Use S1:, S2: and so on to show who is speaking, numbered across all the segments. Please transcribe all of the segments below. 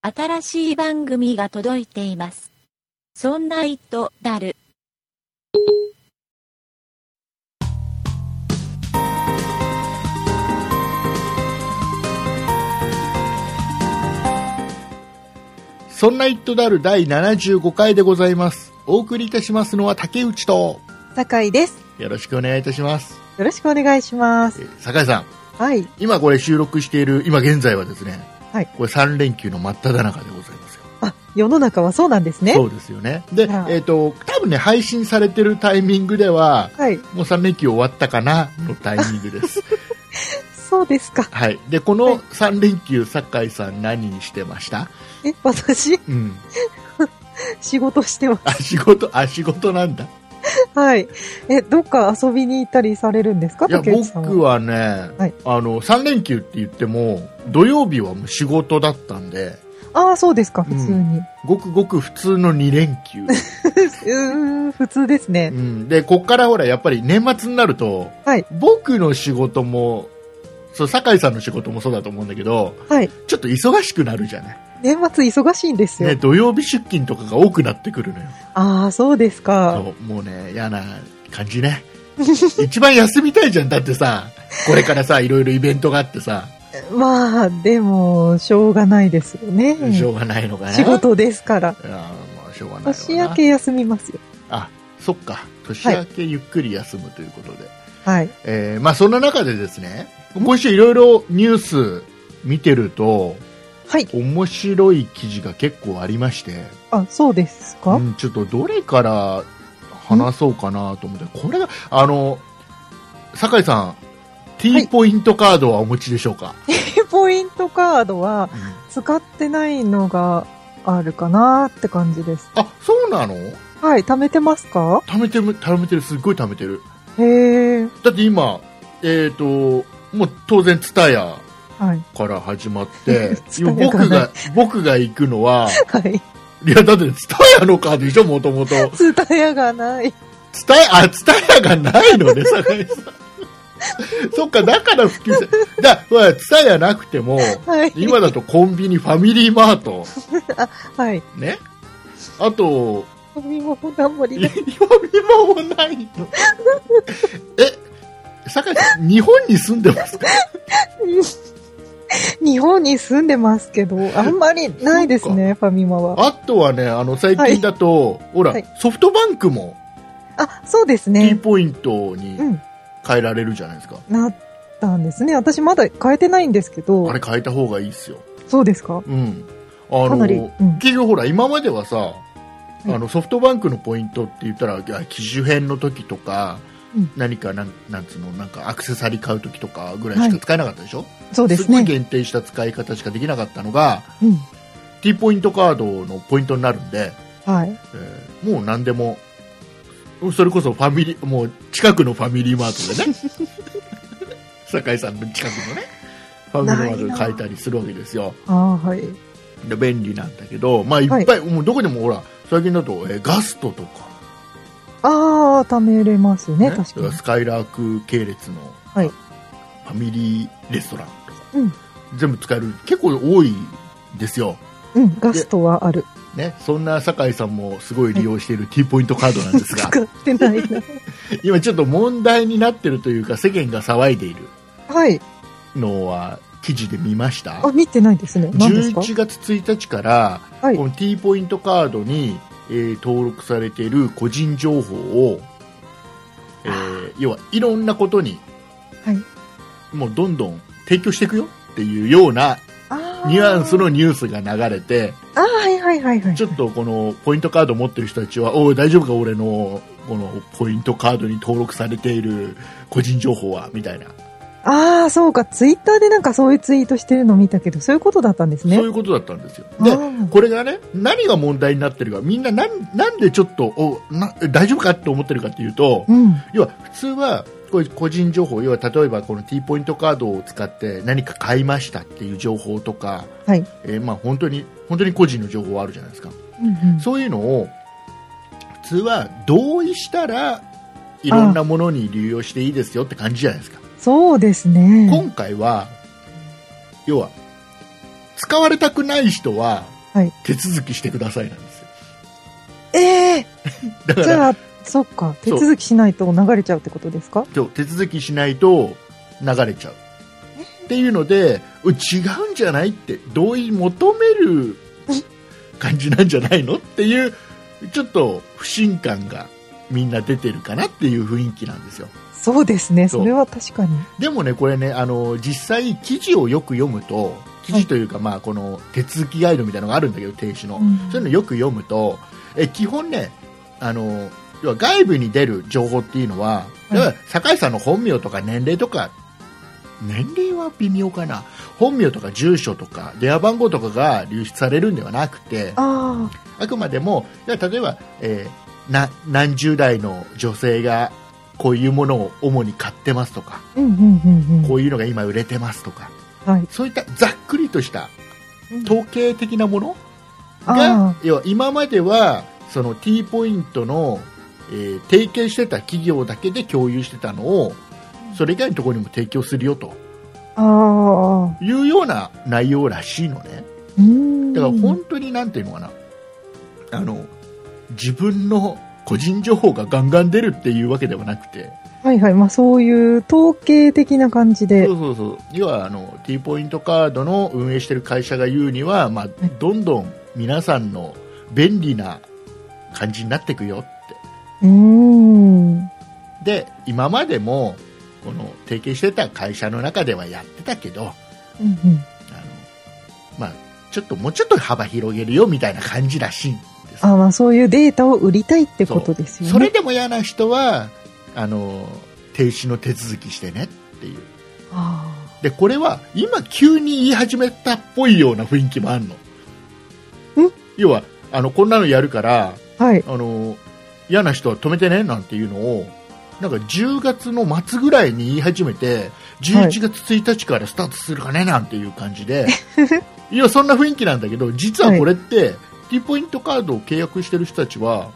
S1: 新しい番組が届いています。そんな糸だる。
S2: そんな一途である第75回でございます。お送りいたしますのは竹内と、
S3: 酒井です。
S2: よろしくお願いいたします。
S3: よろしくお願いしま
S2: え
S3: す。
S2: ー酒井さん、
S3: はい。
S2: 今これ収録している、今現在はですね、
S3: はい
S2: これ3連休の真っ只中でございますよ。
S3: あ、世の中はそうなんですね。
S2: そうですよね。で、
S3: はい
S2: えっ、と、多分ね、配信されてるタイミングでは、
S3: はい。
S2: もう3連休終わったかなのタイミング です。
S3: そうですか。
S2: はい。で、こ
S3: は
S2: の
S3: い
S2: 3連休、酒井さん何してました
S3: え、私、
S2: うん。
S3: 仕事してます。
S2: あ、仕事、あ、仕事なんだ。
S3: はい。え、どっか遊びに行ったりされるんですか
S2: いや、
S3: 竹内さん
S2: 僕
S3: は。
S2: はね、
S3: はい
S2: あの、3連休って言っても、土曜日はもう仕事だったんで、
S3: ああ、そうですか、普通
S2: う
S3: に。
S2: ごくごく普通の2連休。
S3: うーん、普通です
S2: う
S3: ね。
S2: ん、で、こっからほら、やっぱり年末になると、
S3: はい
S2: 僕の仕事も、そう、酒井さんの仕事もそうだと思うんだけど、
S3: はい。
S2: ちょっと忙しくなるじゃない。
S3: 年末忙しいんですよ。
S2: ね、土曜日出勤とかが多くなってくるのよ。
S3: ああ、そうですか。
S2: そうもうね、嫌な感じ ね。一番休みたいじゃん。だってさ、これからさ、いろいろイベントがあってさ、
S3: まあ、でも、しょうがないですよね。
S2: しょうがないのかな。
S3: 仕事ですから。
S2: いやーまあしょうがないわな
S3: 年明け休みますよ。
S2: あそっか年明けゆっくり休むということで、
S3: はい。
S2: えーまあそんな中でですね今週いろいろニュース見てると
S3: はい。
S2: 面白い記事が結構ありまして、
S3: あ、そうですか、
S2: うん、ちょっとどれから話そうかなと思ってこれがあの酒井さん T ポイントカードはお持ちでしょうか、
S3: ポイントカードは、
S2: うん
S3: 使ってないのがあるかなって感じです。
S2: あそうなの
S3: はい、貯めてますか
S2: 貯めてる貯めてるすっごい貯めてる
S3: へえ、
S2: だって今えっ、ともう当然ツタヤ
S3: はい、
S2: から始ま って、
S3: 伝え
S2: 僕
S3: がない
S2: が、僕が行くのは、
S3: はい。
S2: いや、だって、ツタヤのカードでしょ、もともと。
S3: ツタヤがない。
S2: ツタヤ、あ、ツタヤがないの ね、酒井さん。 そっか、だから普及した。だ、ほら、ツタヤなくても、
S3: はい、
S2: 今だとコンビニ、ファミリーマート、
S3: はい。
S2: ね。あと、
S3: 飲み物なんもり
S2: い
S3: な
S2: 呼
S3: い。
S2: び物もないの。 え、酒井さん、日本に住んでますか
S3: 日本に住んでますけど、あんまりないですね、ファミマは。
S2: あとはね、あの、最近だと、ほら、
S3: はい
S2: ソフトバンクも、
S3: あ、そうです
S2: T
S3: ね。
S2: ポイントに
S3: うん、
S2: 変えられるじゃないですか。
S3: なったんですね。私まだ変えてないんですけど
S2: あ、れ変えた方がいいですよ。
S3: そうですか
S2: うん。あ
S3: かなり
S2: の、
S3: うん
S2: 結局ほら、今まではさ、あ
S3: い
S2: の、ソフトバンクのポイントって言ったら、あ機種編の時とか、
S3: うん
S2: 何かなん、なんつうの、なんかアクセサリー買う時とかぐらいしか使えなかったでしょ、
S3: そうですす
S2: ごい
S3: ね。
S2: 限定した使い方しかできなかったのが、
S3: うん。
S2: T ポイントカードのポイントになるんで、
S3: はい。
S2: えーもう何でも、それこそファミリー、もう近くのファミリーマートでね、 酒井さんの近くのね、ファミリーマートで買えたりするわけですよ。
S3: ああ、はい。
S2: で便利なんだけど、まあいっぱい、もうどこでもほら、最近だと、えーガストとか、
S3: ああ、貯めれます
S2: ね
S3: ね、確かに。
S2: スカイラーク系列の、
S3: はい
S2: ファミリーレストランとか、
S3: うん
S2: 全部使える、結構多いですよ。
S3: うん、ガストはある。
S2: ね、そんな酒井さんもすごい利用している T ポイントカードなんですが、
S3: 使ってない な。
S2: 今ちょっと問題になってるというか世間が騒いでいる
S3: はい。
S2: のは記事で見ました
S3: あ、見てないですね。何ですか
S2: 11月1日から、
S3: はい
S2: この T ポイントカードに、えー登録されている個人情報を、えー要はいろんなことに、
S3: はい
S2: もうどんどん提供していくよっていうような
S3: あー
S2: ニュアンスのニュースが流れて
S3: あー、はいはいはいはい。
S2: ちょっとこのポイントカード持ってる人たちは、おい、大丈夫か、俺のこのポイントカードに登録されている個人情報は、みたいな、
S3: ああ、そうか。ツイッターでなんかそういうツイートしてるの見たけど、そういうことだったんですね。
S2: そういうことだったんですよ。で
S3: あ、ー
S2: これがね、何が問題になってるか、みんななんなんでちょっとおな大丈夫かって思ってるかっていうと、
S3: うん。
S2: 要は普通は、こういう個人情報、要は例えばこの T ポイントカードを使って何か買いましたっていう情報とか、
S3: はい
S2: えーまあ、本当に本当に個人の情報はあるじゃないですか。
S3: うんうん
S2: そういうのを普通は同意したらいろんなものに流用していいですよって感じじゃないですか、
S3: そうですね。
S2: 今回は要は使われたくない人は、
S3: はい
S2: 手続きしてくださいなんですよ。
S3: ええ
S2: だか
S3: じ
S2: ら、
S3: ゃあ、そっか。手続きしないと流れちゃうってことですか
S2: そう手続きしないと流れちゃう。っていうので、う違うんじゃないって、同意求める感じなんじゃないのっていう、ちょっと不信感がみんな出てるかなっていう雰囲気なんですよ。
S3: そうですね。
S2: そう
S3: それは確かに。
S2: でもね、これね、あの、実際記事をよく読むと、記事というか、まあ、この手続きガイドみたいなのがあるんだけど、停止の。
S3: うん
S2: そういうのよく読むと、え基本ね、あの、要は外部に出る情報っていうのは、
S3: うん
S2: 要は酒井さんの本名とか年齢とか、年齢は微妙かな。本名とか住所とか、電話番号とかが流出されるんではなくて、
S3: あ
S2: あくまでも、いや例えば、えーな何十代の女性がこういうものを主に買ってますとか、
S3: あ。うんうんうんう
S2: こういうのが今売れてますとか、
S3: ん。はい。
S2: そういったざっくりとした統計的なもの
S3: あ
S2: が、要は今まではその T ポイントの、えー提携してた企業だけで共有してたのを、それ以外のところにも提供するよと
S3: あ。ああ。
S2: いうような内容らしいのね。
S3: うん。
S2: だから本当になんていうのかな、あの、自分の個人情報がガンガン出るっていうわけではなくて、
S3: はいはい。まあそういう統計的な感じで
S2: そ。うそうそう要はあの T ポイントカードの運営してる会社が言うには、まあ、どんどん皆さんの便利な感じになっていくよって
S3: うーん。
S2: で今までもこの提携してた会社の中ではやってたけどあの、
S3: うんうん
S2: まあ、ちょっともうちょっと幅広げるよみたいな感じらしいんです
S3: あまあそういうデータを売りたいってことですよね。
S2: それでも嫌な人はあの停止の手続きしてねっていう
S3: あ
S2: でこれは今急に言い始めたっぽいような雰囲気もあるの要はあのこんなのやるから
S3: あはい。
S2: あの嫌な人は止めてねなんていうのをなんか10月の末ぐらいに言い始めて11月1日からスタートするかねなんていう感じで、い、やそんな雰囲気なんだけど実はこれって T ポイントカードを契約してる人たちは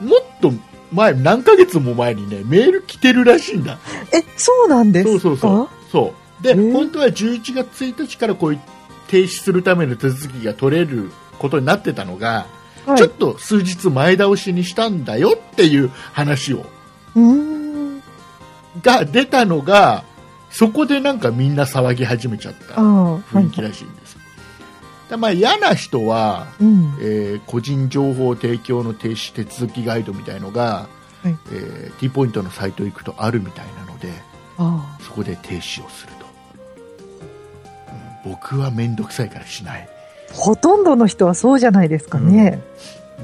S2: もっと前何ヶ月も前にねメール来てるらしいんだ
S3: え、そうなんですか
S2: そうそうそうそうで、
S3: うん
S2: 本当は11月1日からこういう停止するための手続きが取れることになってたのが、
S3: はい
S2: ちょっと数日前倒しにしたんだよっていう話を
S3: うーん。
S2: が出たのがそこでなんかみんな騒ぎ始めちゃった
S3: ああ、は
S2: 雰囲
S3: い
S2: 気。らしいんです、でまあ、嫌な人は、
S3: うん。
S2: えー個人情報提供の停止手続きガイドみたいのが、
S3: はい
S2: えー T ポイントのサイト行くとあるみたいなので、
S3: あ
S2: そこで停止をすると、うん僕は面倒くさいからしない
S3: あ。ほとんどの人はそうじゃないですかね。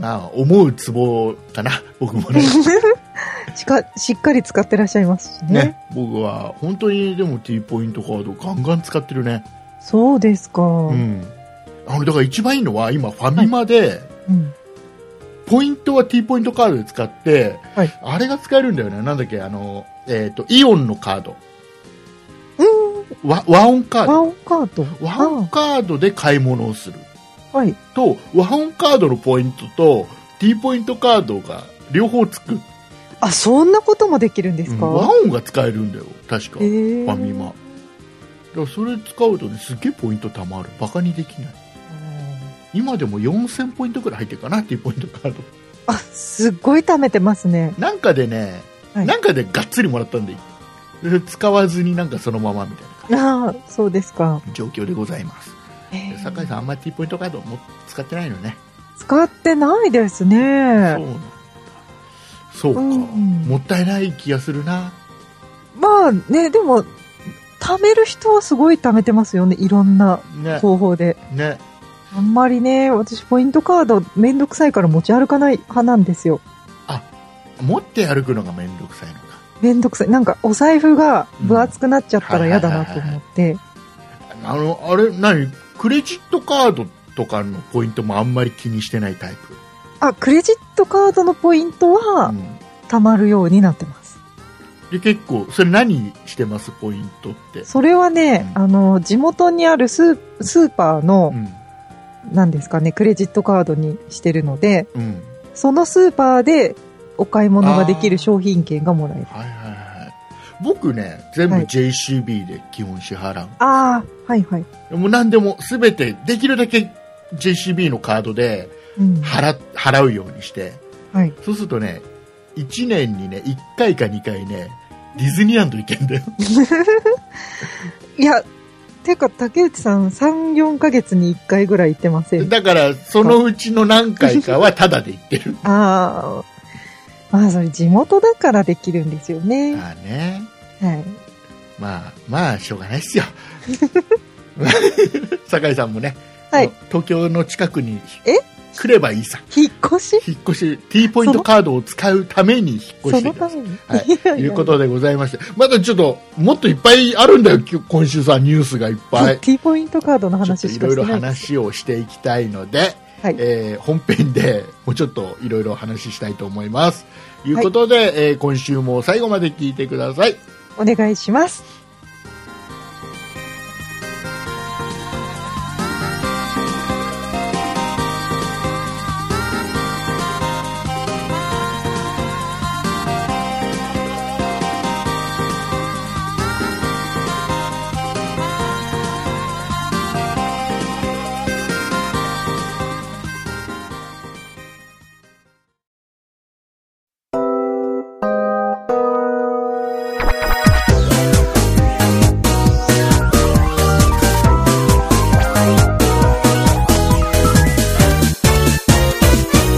S2: まあ思うツボかな僕もね
S3: しか、しっかり使ってらっしゃいます しね。
S2: ね僕は本当にでも T ポイントカードガンガン使ってるね
S3: そうですか。う。
S2: うんんあのだから一番いいのは今ファミマで、ポイントは T ポイントカードで使って、
S3: はい
S2: あれが使えるんだよねなんだっけあのえっ、とイオンのカード
S3: うん。
S2: 和和音カー
S3: ワ
S2: ド
S3: オンカード。
S2: 和音カードで買い物をする
S3: ああはい。
S2: と和音カードのポイントと T ポイントカードが両方つく、
S3: あ、そんなこともできるんです
S2: うん
S3: か、
S2: 和音が使えるんだよ確か、
S3: えー
S2: ファミマだからそれ使うとねすっげえポイント貯まるバカにできない今でも4000ポイントくらい入ってるかな T ポイントカード
S3: あ、すっごい貯めてますね。
S2: なんかでね、
S3: はい
S2: なんかでがっつりもらったんでで使わずになんかそのままみたいな感
S3: ああ、そうですか。
S2: じ状況でございますで酒井さんあんまり T ポイントカードも使ってないのね
S3: 使ってないです
S2: そう
S3: ね。
S2: なんだそうか、
S3: うん
S2: もったいない気がするな
S3: まあね、でも、貯める人はすごい貯めてますよね。いろんな
S2: ね
S3: 方法で。
S2: ね
S3: あんまりね、私ポイントカードめんどくさいから持ち歩かない派なんですよ。
S2: 持って歩くのが面倒くさいのか
S3: めんどくさい。なんかお財布が分厚くなっちゃった
S2: う
S3: ら
S2: ん
S3: 嫌だなと思って。
S2: あのあれ何クレジットカードとかのポイントもあんまり気にしてないタイプ
S3: あ、クレジットカードのポイント
S2: う
S3: は
S2: ん
S3: 貯まるようになってます。
S2: で結構それ何してますポイントって
S3: それはね、
S2: う
S3: あの、地元にあるスースーパーの
S2: う、ん
S3: なんですかね、クレジットカードにしてるので、
S2: うん
S3: そのスーパーでお買い物ができる商品券がもらえる。
S2: はいはいはい僕ね、全部
S3: はい
S2: JCB で基本支払う。
S3: ああ、はいはい。
S2: もう何でも全て、できるだけ JCB のカードで
S3: うん。
S2: 払払うようにして、
S3: はい。
S2: そうするとね、1年にね、1回か2回ね、ディズニーランド行けんだよ。
S3: いや、てか、竹内さん、3、4ヶ月に1回ぐらい行ってません。
S2: だから、そのうちの何回かはタダで行ってる。
S3: ああ。まあ、それ地元だからできるんですよね。は
S2: まあ ね、
S3: い。
S2: まあ、まあ、しょうがないっす よ。酒井さんもね、
S3: はい。
S2: 東京の近くに
S3: え
S2: 来ればいいさ。
S3: 引っ越し
S2: 引っ越し、T ポイントカードを使うために引っ越
S3: そ
S2: して
S3: の
S2: くだ
S3: た
S2: さい。
S3: めに。
S2: はい
S3: やや
S2: ということでございまして、まだちょっと、もっといっぱいあるんだよ、きゅ今週さ、ニュースがいっぱい。
S3: T ポイントカードの
S2: ちょっと
S3: 話
S2: い
S3: しか
S2: ろいろ
S3: してないです。
S2: 話をしていきたいので、
S3: はい
S2: えー本編でもうちょっといろいろお話ししたいと思います。ということで、えー今週も最後まで聞いてください。
S3: お願いします。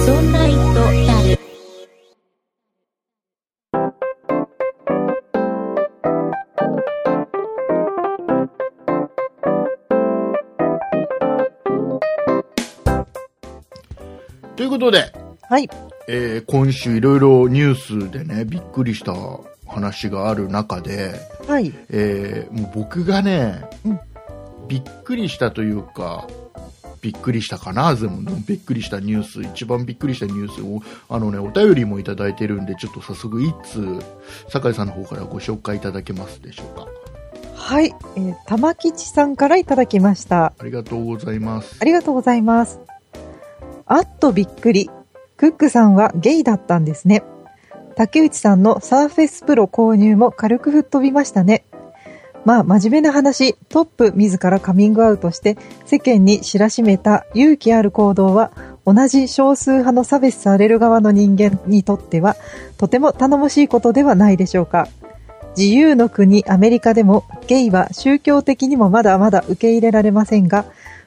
S1: そんな糸だる。
S2: ということで、
S3: はい。
S2: えー今週いろいろニュースでね、びっくりした話がある中で、
S3: はい。
S2: えーもう僕がね、
S3: うん
S2: びっくりしたというか、びっくりしたかな、でもびっくりしたニュース、一番びっくりしたニュースを、あのね、お便りもいただいてるんで、ちょっと早速、一通、酒井さんの方からご紹介いただけますでしょうか。
S3: はい。えー玉吉さんからいただきました。
S2: ありがとうございます
S3: あ。りがとうございます。あっとびっくり。クックさんはゲイだったんですね。竹内さんのサーフェスプロ購入も軽く吹っ飛びましたね。まあ、真面目な話、トップ自らカミングアウトして世間に知らしめた勇気ある行動は、同じ少数派の差別される側の人間にとっては、とても頼もしいことではないでしょうか。自由の国アメリカでも、ゲイは宗教的にもまだまだ受け入れられませんが、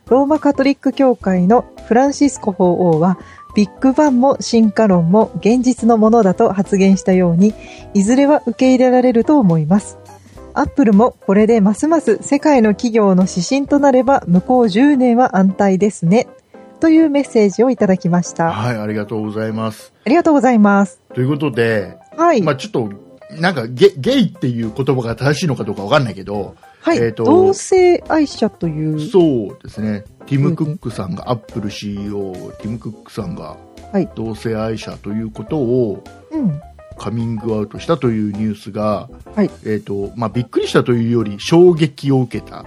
S3: ローマカトリック教会のフランシスコ法王は、ビッグバンも進化論も現実のものだと発言したように、いずれは受け入れられると思います。アップルもこれでますます世界の企業の指針となれば、向こう10年は安泰ですね。というメッセージをいただきました。あ
S2: はい、ありがとうございます。
S3: りがとうございます。
S2: ということで、
S3: はい。
S2: まあちょっと、なんかゲ、ゲイっていう言葉が正しいのかどうかわかんないけど、
S3: はい。
S2: えーと
S3: 同性愛者という。
S2: そうですね、ティム・クックさんが、アップル CEO、ティム・クックさんが
S3: はい、
S2: 同性愛者ということを
S3: うん。
S2: カミングアウトしたというニュースが、
S3: はい
S2: えーとまあ、びっくりしたというより、衝撃を受けた。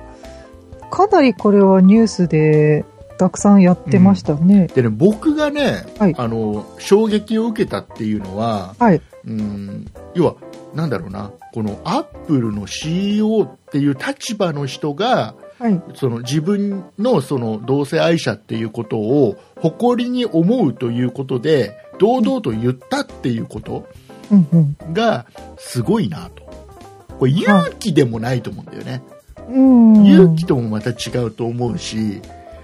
S3: かなりこれはニュースでたくさんやってましたね。
S2: でね、僕がね、
S3: はい
S2: あの衝撃を受けたっていうのは、
S3: はい。
S2: うん要は、なんだろうな、このアップルの CEO っていう立場の人が、
S3: はい。
S2: その自分のその同性愛者っていうことを誇りに思うということで堂々と言ったっていうこと
S3: うんうん。
S2: がすごいなとこれ勇気でもないと思うんだよね、
S3: うん
S2: 勇気ともまた違うと思うし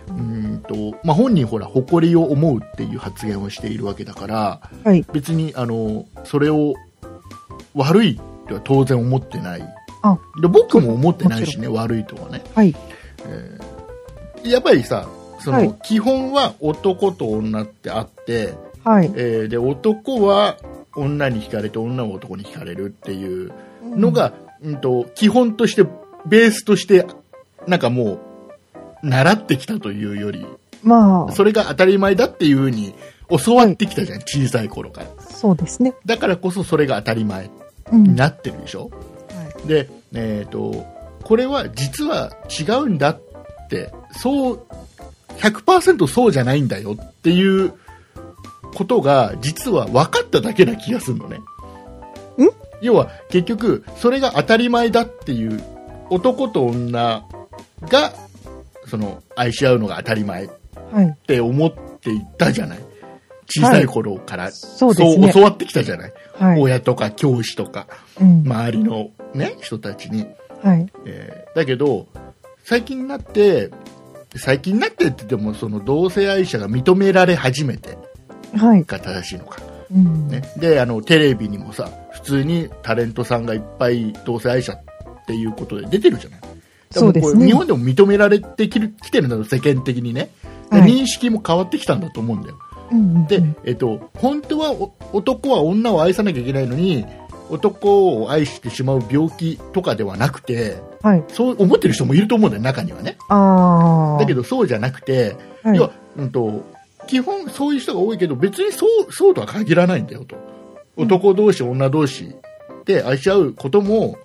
S2: うーんと、まあ、本人ほら誇りを思うっていう発言をしているわけだから
S3: はい。
S2: 別にあのそれを悪いとは当然思ってない
S3: あ
S2: で僕も思ってないしね悪いとはね
S3: はい。
S2: えーやっぱりさその、
S3: はい
S2: 基本は男と女ってあって、
S3: はい。
S2: えーで男は女に惹かれて女は男に惹かれるっていうのが、うんと基本としてベースとしてなんかもう習ってきたというより
S3: うん、まあ、
S2: それが当たり前だっていうふうに教わってきたじゃん、小さい頃から
S3: そうですね。
S2: だからこそそれが当たり前
S3: うん。
S2: に
S3: は
S2: なってるでしょ、で、えー、とこれは実は違うんだってそう100%そうじゃないんだよっていうことが実は分かっただけな気がするのね。
S3: ん
S2: 要は結局それが当たり前だっていう男と女がその愛し合うのが当たり前っ
S3: はい。
S2: て思っていたじゃない小さい頃から、
S3: そうですね
S2: 教わってきたじゃない、
S3: はい。
S2: 親とか教師とか
S3: うん。
S2: 周りの、ね、人たちに、
S3: はい。
S2: えーだけど最近になって最近になってって言ってもその同性愛者が認められ始めて
S3: はい。
S2: が正しいのか
S3: うん。
S2: ね、であのテレビにもさ普通にタレントさんがいっぱい同性愛者っていうことで出てるじゃない
S3: そうですね
S2: 多分これ日本でも認められてきるきてるんだろう世間的にね、で
S3: はい
S2: 認識も変わってきたんだと思うんだよ
S3: うんうん
S2: で、えっと、本当はお男は女を愛さなきゃいけないのに男を愛してしまう病気とかではなくて
S3: はい。
S2: そう思ってる人もいると思うんだよ中にはね
S3: ああ。
S2: だけどそうじゃなくて、
S3: はい
S2: 要は、うん、と基本そういう人が多いけど別にそうそうとは限らないんだよと男同士、女同士で愛し合うことも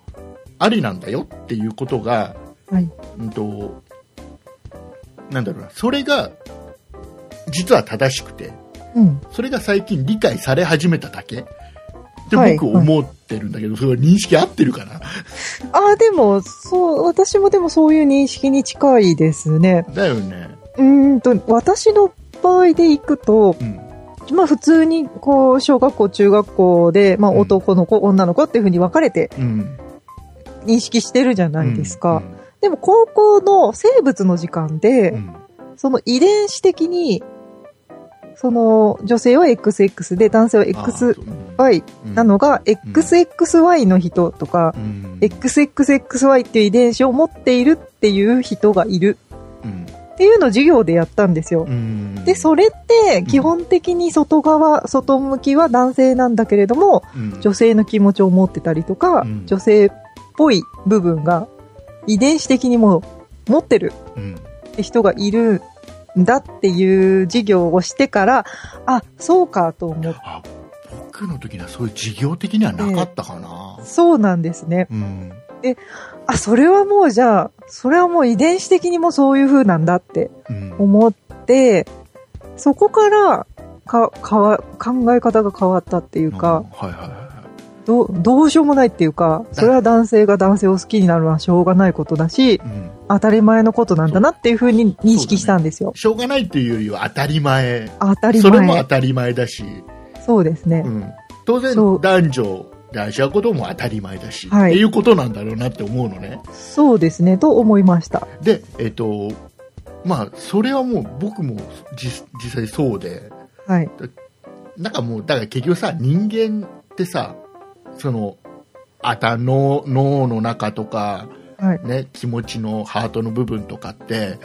S2: ありなんだよっていうことが、
S3: はい
S2: うん、となんだろうなそれが実は正しくて
S3: うん。
S2: それが最近理解され始めただけって
S3: はい
S2: 僕思ってるんだけど、それは認識合ってるかな
S3: ああ、でも、そう、私もでもそういう認識に近いですね。
S2: だよね、
S3: うーんと、私の場合でいくと、
S2: うん、
S3: まあ普通に、こう、小学校、中学校で、まあ
S2: うん
S3: 男の子、女の子っていうふうに分かれて
S2: うん
S3: 認識してるじゃないですか。
S2: うん
S3: でも高校の生物の時間で、
S2: うん
S3: その遺伝子的に、その女性は XX で男性は
S2: あーそう
S3: XY
S2: うん
S3: なのが、
S2: ん
S3: XXY の人とか、
S2: うん、
S3: XXXY っていう遺伝子を持っているっていう人がいる
S2: うん
S3: っていうのを授業でやったんですよ。
S2: うん
S3: で、それって基本的に外側、外向きは男性なんだけれども、
S2: うん
S3: 女性の気持ちを持ってたりとか、
S2: うん
S3: 女性っぽい部分が遺伝子的にも持ってる
S2: うん
S3: って人がいるんだっていう授業をしてから、あ、そうかと思って。
S2: あ僕の時にはそういう事業的にはなかったかな、
S3: そうなんですね。
S2: うん
S3: あ、それはもうじゃあ、それはもう遺伝子的にもそういう風なんだって
S2: うん
S3: 思って、そこから、か、かわ、考え方が変わったっていう
S2: うん
S3: か、
S2: はいはいはい
S3: どう、どうしようもないっていうか、それは男性が男性を好きになるのはしょうがないことだし、
S2: うん、
S3: 当たり前のことなんだなっていう風に認識したんですよ。
S2: しょうがないっていうよりは当たり前
S3: 当たり
S2: それも当
S3: 前。
S2: たり前だし、
S3: そうですね
S2: う。ん、当然
S3: そう
S2: 男女で愛し合うことも当たり前だし、
S3: はい
S2: っていうことなんだろうなって思うのね
S3: そうですね、と思いました。
S2: でえっ、とまあそれはもう僕も実実際そうで
S3: はい。
S2: なんかもうだから結局さ人間ってさその頭脳脳の中とか
S3: はい。
S2: ね、気持ちのハートの部分とかって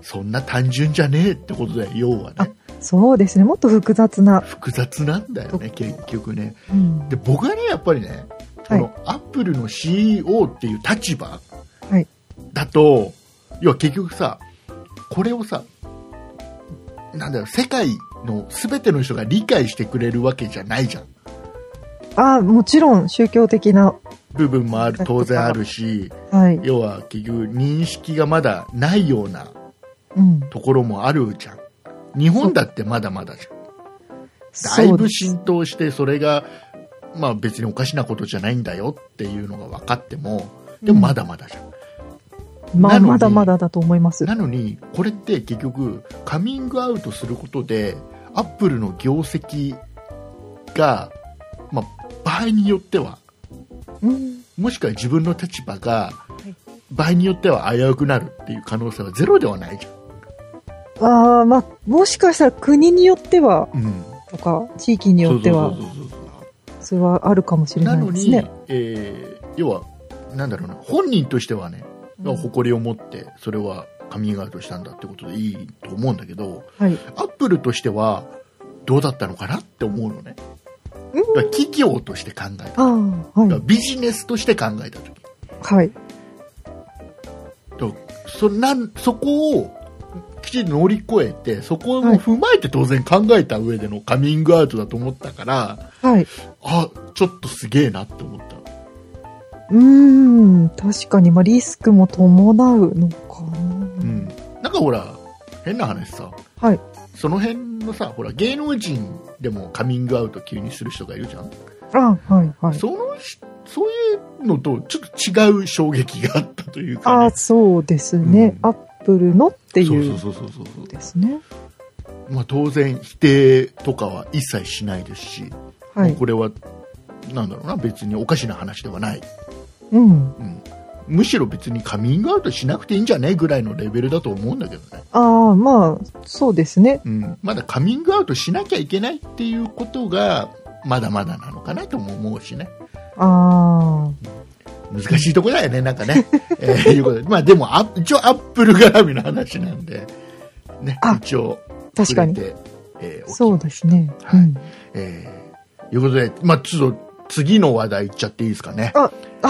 S2: そんな単純じゃねえってことだよ要はね
S3: そうですね。もっと複雑な。
S2: 複雑なんだよね
S3: そ
S2: 結局ね
S3: うん
S2: で僕はねやっぱりね、
S3: はい
S2: このアップルの CEO っていう立場
S3: はい
S2: だと要は結局さこれをさなんだろう世界の全ての人が理解してくれるわけじゃないじゃん
S3: あもちろん宗教的な。
S2: 部分もある当然あるし
S3: はい。
S2: 要は結局認識がまだないような
S3: うん。
S2: ところもあるじゃん日本だってまだまだじゃんだ
S3: そ
S2: いう
S3: で
S2: ぶ
S3: す
S2: 浸透してそれが、まあ、別におかしなことじゃないんだよっていうのが分かってもでもまだまだじゃん、
S3: ま
S2: な
S3: あ、
S2: のに
S3: まだまだだと思います。
S2: なのにこれって結局カミングアウトすることでアップルの業績が、まあ、場合によっては
S3: うん。
S2: もしくは自分の立場が
S3: い
S2: 場合によっては危うくなるっていう可能性はゼロではないじ
S3: ああ、まあ、もしかしたら国によっては、
S2: ゃん、うん、
S3: とか、地域によっては
S2: そう、そうそうそうそう
S3: それはあるかもしれ
S2: な
S3: ない
S2: の
S3: で
S2: に、
S3: すね。
S2: えー要は、なんだろうな、本人としてはね、
S3: うん
S2: 誇りを持って、それはカミングアウトしたんだってことでいいと思うんだけど、
S3: はい。
S2: アップルとしては、どうだったのかなって思うのね。
S3: うん
S2: だから企業として考えた。だか
S3: ああ、は
S2: らビジネスとして考えたとき。
S3: い。はい。
S2: だからそなんそこをきちんと乗り越えて、そこも踏まえて当然考えた上でのカミングアウトだと思ったから、
S3: はい。
S2: あ、ちょっとすげえなって思った。
S3: うーん。確かに、まあ、リスクも伴うのかな。
S2: うん、なんかほら変な話さ
S3: はい。
S2: その辺のさほら芸能人でもカミングアウト急にする人がいるじゃん、
S3: あはい、はい。
S2: その人そういうのとちょっと違う衝撃があったというか、
S3: あ
S2: ね、
S3: あ、そうですね。
S2: うん
S3: アップルのってい
S2: そう
S3: う
S2: そうそうそうそう
S3: ですね。
S2: まあ、当然否定とかは一切しないですし、
S3: は
S2: もう
S3: い。
S2: これはなんだろうな別におかしな話ではない、
S3: うん。
S2: うん、むしろ別にカミングアウトしなくていいんじゃねぐらいのレベルだと思うんだけどね、
S3: ああ、まあ、そうですね。
S2: うん、まだカミングアウトしなきゃいけないっていうことがまだまだなのかなとも思うしね
S3: あ
S2: 難しいとこだよねなんかね、 えーいうことでまあでもあ一応アップル絡みの話なんで、ね
S3: あ、
S2: 一応
S3: あ、確かに。
S2: 触れて、えーおき
S3: そうですね。
S2: はい
S3: うん。
S2: えー、いうことで、まあ、ちょっと次の話題いっちゃっていいですかね。
S3: は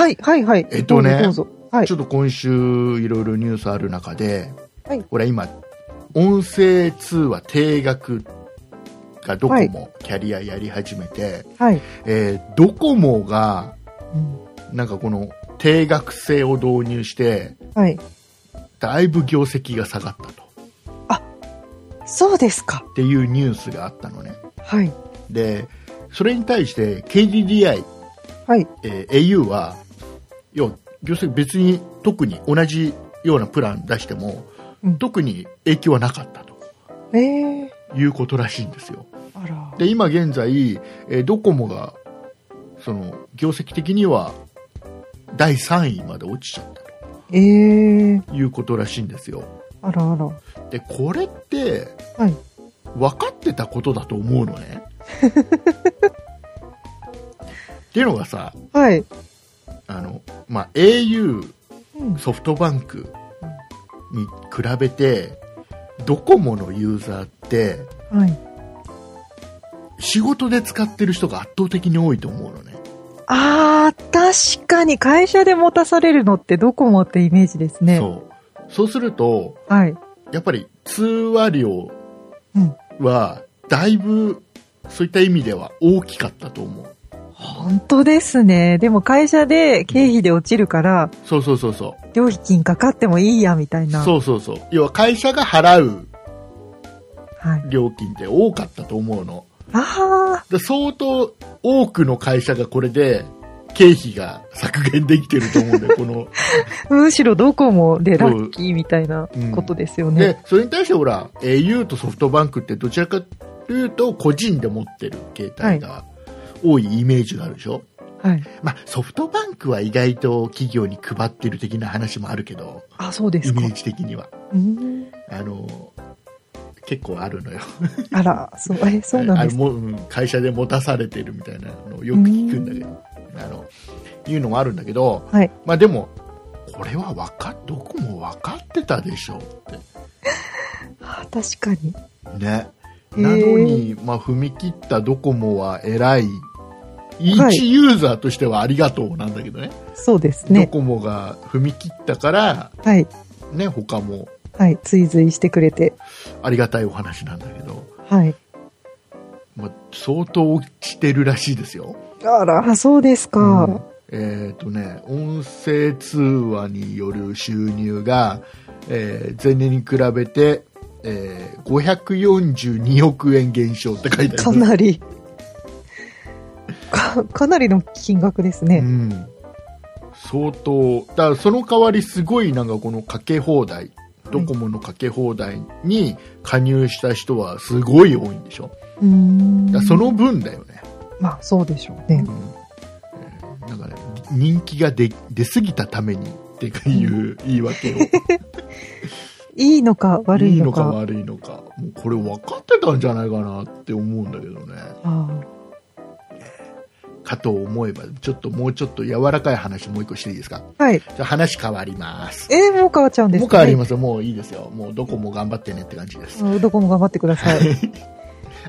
S3: い、はい、はい。
S2: えっとね
S3: どうぞ。どうぞはい
S2: ちょ。っと今週いろいろニュースある中で、
S3: はい
S2: 俺今、音声通話定額がドコモ、キャリアやり始めて、
S3: はい。
S2: えードコモが
S3: うん
S2: なんかこの定額制を導入して、
S3: はい。
S2: だいぶ業績が下がったと。
S3: そうですか。
S2: っていうニュースがあったのね。
S3: はい。
S2: で、それに対して KDDI、
S3: はい。
S2: えー au は要は要するに別に特に同じようなプラン出しても、
S3: うん
S2: 特に影響はなかったと
S3: ええ
S2: いうことらしいんですよ
S3: あら。
S2: で今現在、えードコモがその業績的には第3位まで落ちちゃった
S3: ええ
S2: ということらしいんですよ
S3: あらあら。
S2: でこれって
S3: はい。
S2: 分かってたことだと思うの ねっていうのがさ
S3: はい。
S2: あの、まあ、au
S3: うん。
S2: ソフトバンクに比べてドコモのユーザーって
S3: はい。
S2: 仕事で使ってる人が圧倒的に多いと思うのね
S3: ああ、確かに会社で持たされるのってドコモってイメージですね。
S2: そうそうすると
S3: はい。
S2: やっぱり通話料
S3: うん
S2: はだいぶそういった意味では大きかったと思う
S3: 本当ですね。でも会社で経費で落ちるから、
S2: そうそうそうそう
S3: 料金かかってもいいや、みたいな。
S2: そうそうそう要は会社が払う
S3: はい。
S2: 料金って多かったと思うの
S3: あ
S2: で相当多くの会社がこれで経費が削減できてると思うんだ よこの
S3: あ、むしろドコモでラッキーみたいなことですよね。
S2: でそれに対してほら au とソフトバンクってどちらかというと個人で持ってる携帯が多いイメージがあるでしょ、
S3: はい。
S2: まあ、ソフトバンクは意外と企業に配ってる的な話もあるけど
S3: あ、そうで
S2: イ
S3: すか
S2: メ。ージ的には
S3: うん
S2: あの結構あるのよ
S3: あら、そう、え、そうなんです
S2: あのもううん会社で持たされてるみたいなのをよく聞くんだけどあのいうのもあるんだけど、
S3: はい
S2: まあ、でもこれは分かどこも分かってたでしょって
S3: あ確かに。
S2: ね、
S3: へー
S2: なのに、まあ、踏み切ったドコモは偉い、
S3: はい
S2: 一ユーザーとしてはありがとうなんだけどね、
S3: そうです
S2: ド
S3: ね。
S2: コモが踏み切ったから、
S3: はい。
S2: ね、他も
S3: はい。追随してくれて。
S2: ありがたいお話なんだけど、
S3: はい。
S2: まあ、相当落ちてるらしいですよ。
S3: あら、そうですか。
S2: うんえっ、とね、音声通話による収入が、えー前年に比べて、えー542億円減少って書いてあ
S3: か
S2: ります
S3: なりか、かなりの金額です
S2: う
S3: ね。
S2: ん、相当だからその代わりすごいなんかこのかけ放題ドコモのかけ放題に加入した人はすごい多いんでしょ
S3: うーん
S2: だからその分だよね、
S3: まあ、そうでしょうね
S2: う。んえーなんかね人気が出出過ぎたためにっていう言い訳を
S3: いいのか悪
S2: い
S3: い
S2: い
S3: の
S2: のか
S3: か。
S2: 悪いのかもうこれ分かってたんじゃないかなって思うんだけどね
S3: あ
S2: かと思えばちょっともうちょっと柔らかい話もう一個していいですか
S3: あはい。
S2: じゃあ話変わります
S3: えーもう変わっちゃうんです
S2: もう
S3: か、
S2: 変わりますよ、もういいですよ、もうドコモ頑張ってねって感じです。
S3: す。どこも頑張ってくだ さい。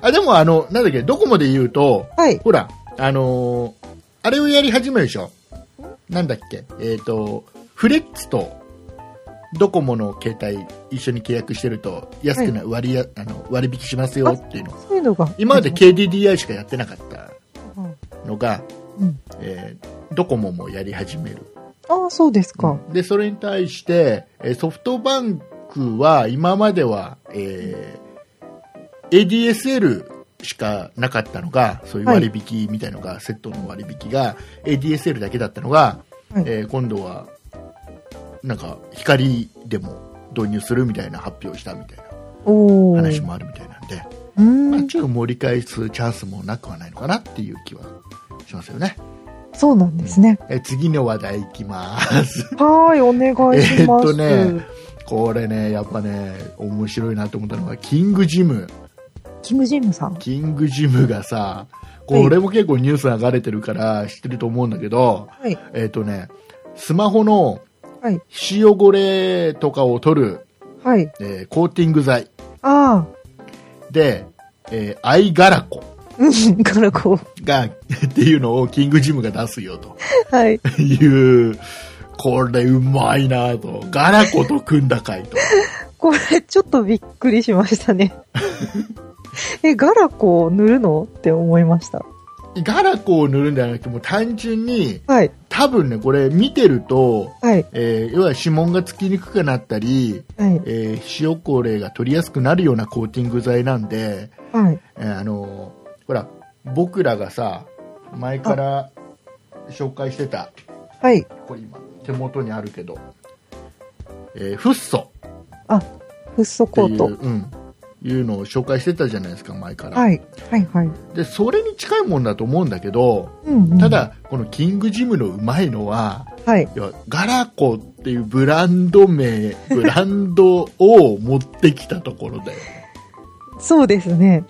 S2: あでもあの、なんだっけ、ドコモで言うと、
S3: はい。
S2: ほら、あのーあれをやり始めるでしょ、なんだっけ、えっ、と、フレッツとドコモの携帯、一緒に契約してると、安くな割,、やあの割引しますよっていうの、
S3: そういうのが。
S2: 今まで KDDI しかやってなかった
S3: うん
S2: のが、
S3: うん
S2: えードコモもやり始める。
S3: ああ、そうですか。
S2: でそれに対してえーソフトバンクは今までは、えー ADSL しかなかったのが、そういう割引みたいのが、セットの割引が、ADSL だけだったのが、
S3: はい
S2: えー今度は、なんか、光でも導入するみたいな発表したみたいな
S3: おー
S2: 話もあるみたいなんで、
S3: うーん、
S2: まあ、ちょっと盛り返すチャンスもなくはないのかなっていう気はしますよね。
S3: そうなんですね。
S2: えー次の話題いきます。
S3: はーい、お願いします。
S2: えーっとねこれね、やっぱね、面白いなと思ったのが、キングジム。
S3: キム・ジムさん。
S2: キングジムがさ、これも結構ニュース流れてるから知ってると思うんだけど、
S3: はい。
S2: えっ、とね、スマホの
S3: はい。
S2: 皮脂汚れとかを取る、
S3: はい。
S2: えーコーティング剤
S3: ああ。
S2: で、えーアイガラコ
S3: うん、 からこう。
S2: が、 っていうのをキングジムが出すよと
S3: はい。
S2: いう、これうまいなと。ガラコと組んだかいと。
S3: これ、ちょっとびっくりしましたね。 え、ガラコを塗るのって思いました。
S2: ガラコを塗るんじゃなくてもう単純に、
S3: はい。
S2: 多分ね、これ見てると、
S3: はい。
S2: えー要は指紋がつきにくくなったり、
S3: はい。
S2: えー塩コレが取りやすくなるようなコーティング剤なんで、
S3: はい。
S2: えーあのーほら僕らがさ前から紹介してた
S3: はい。
S2: これ今手元にあるけど、えーフッ素
S3: あ、フッ素
S2: って
S3: コ
S2: い
S3: ー
S2: う
S3: ト。
S2: うん、いうのを紹介してたじゃないですか前から、
S3: はい。はい。はい。
S2: でそれに近いもんだと思うんだけど
S3: うん、うん。
S2: た、だ、このキングジムのうまいのは
S3: はい。
S2: 要はガラコっていうブランド 名ブランドを持ってきたところで
S3: そうですね。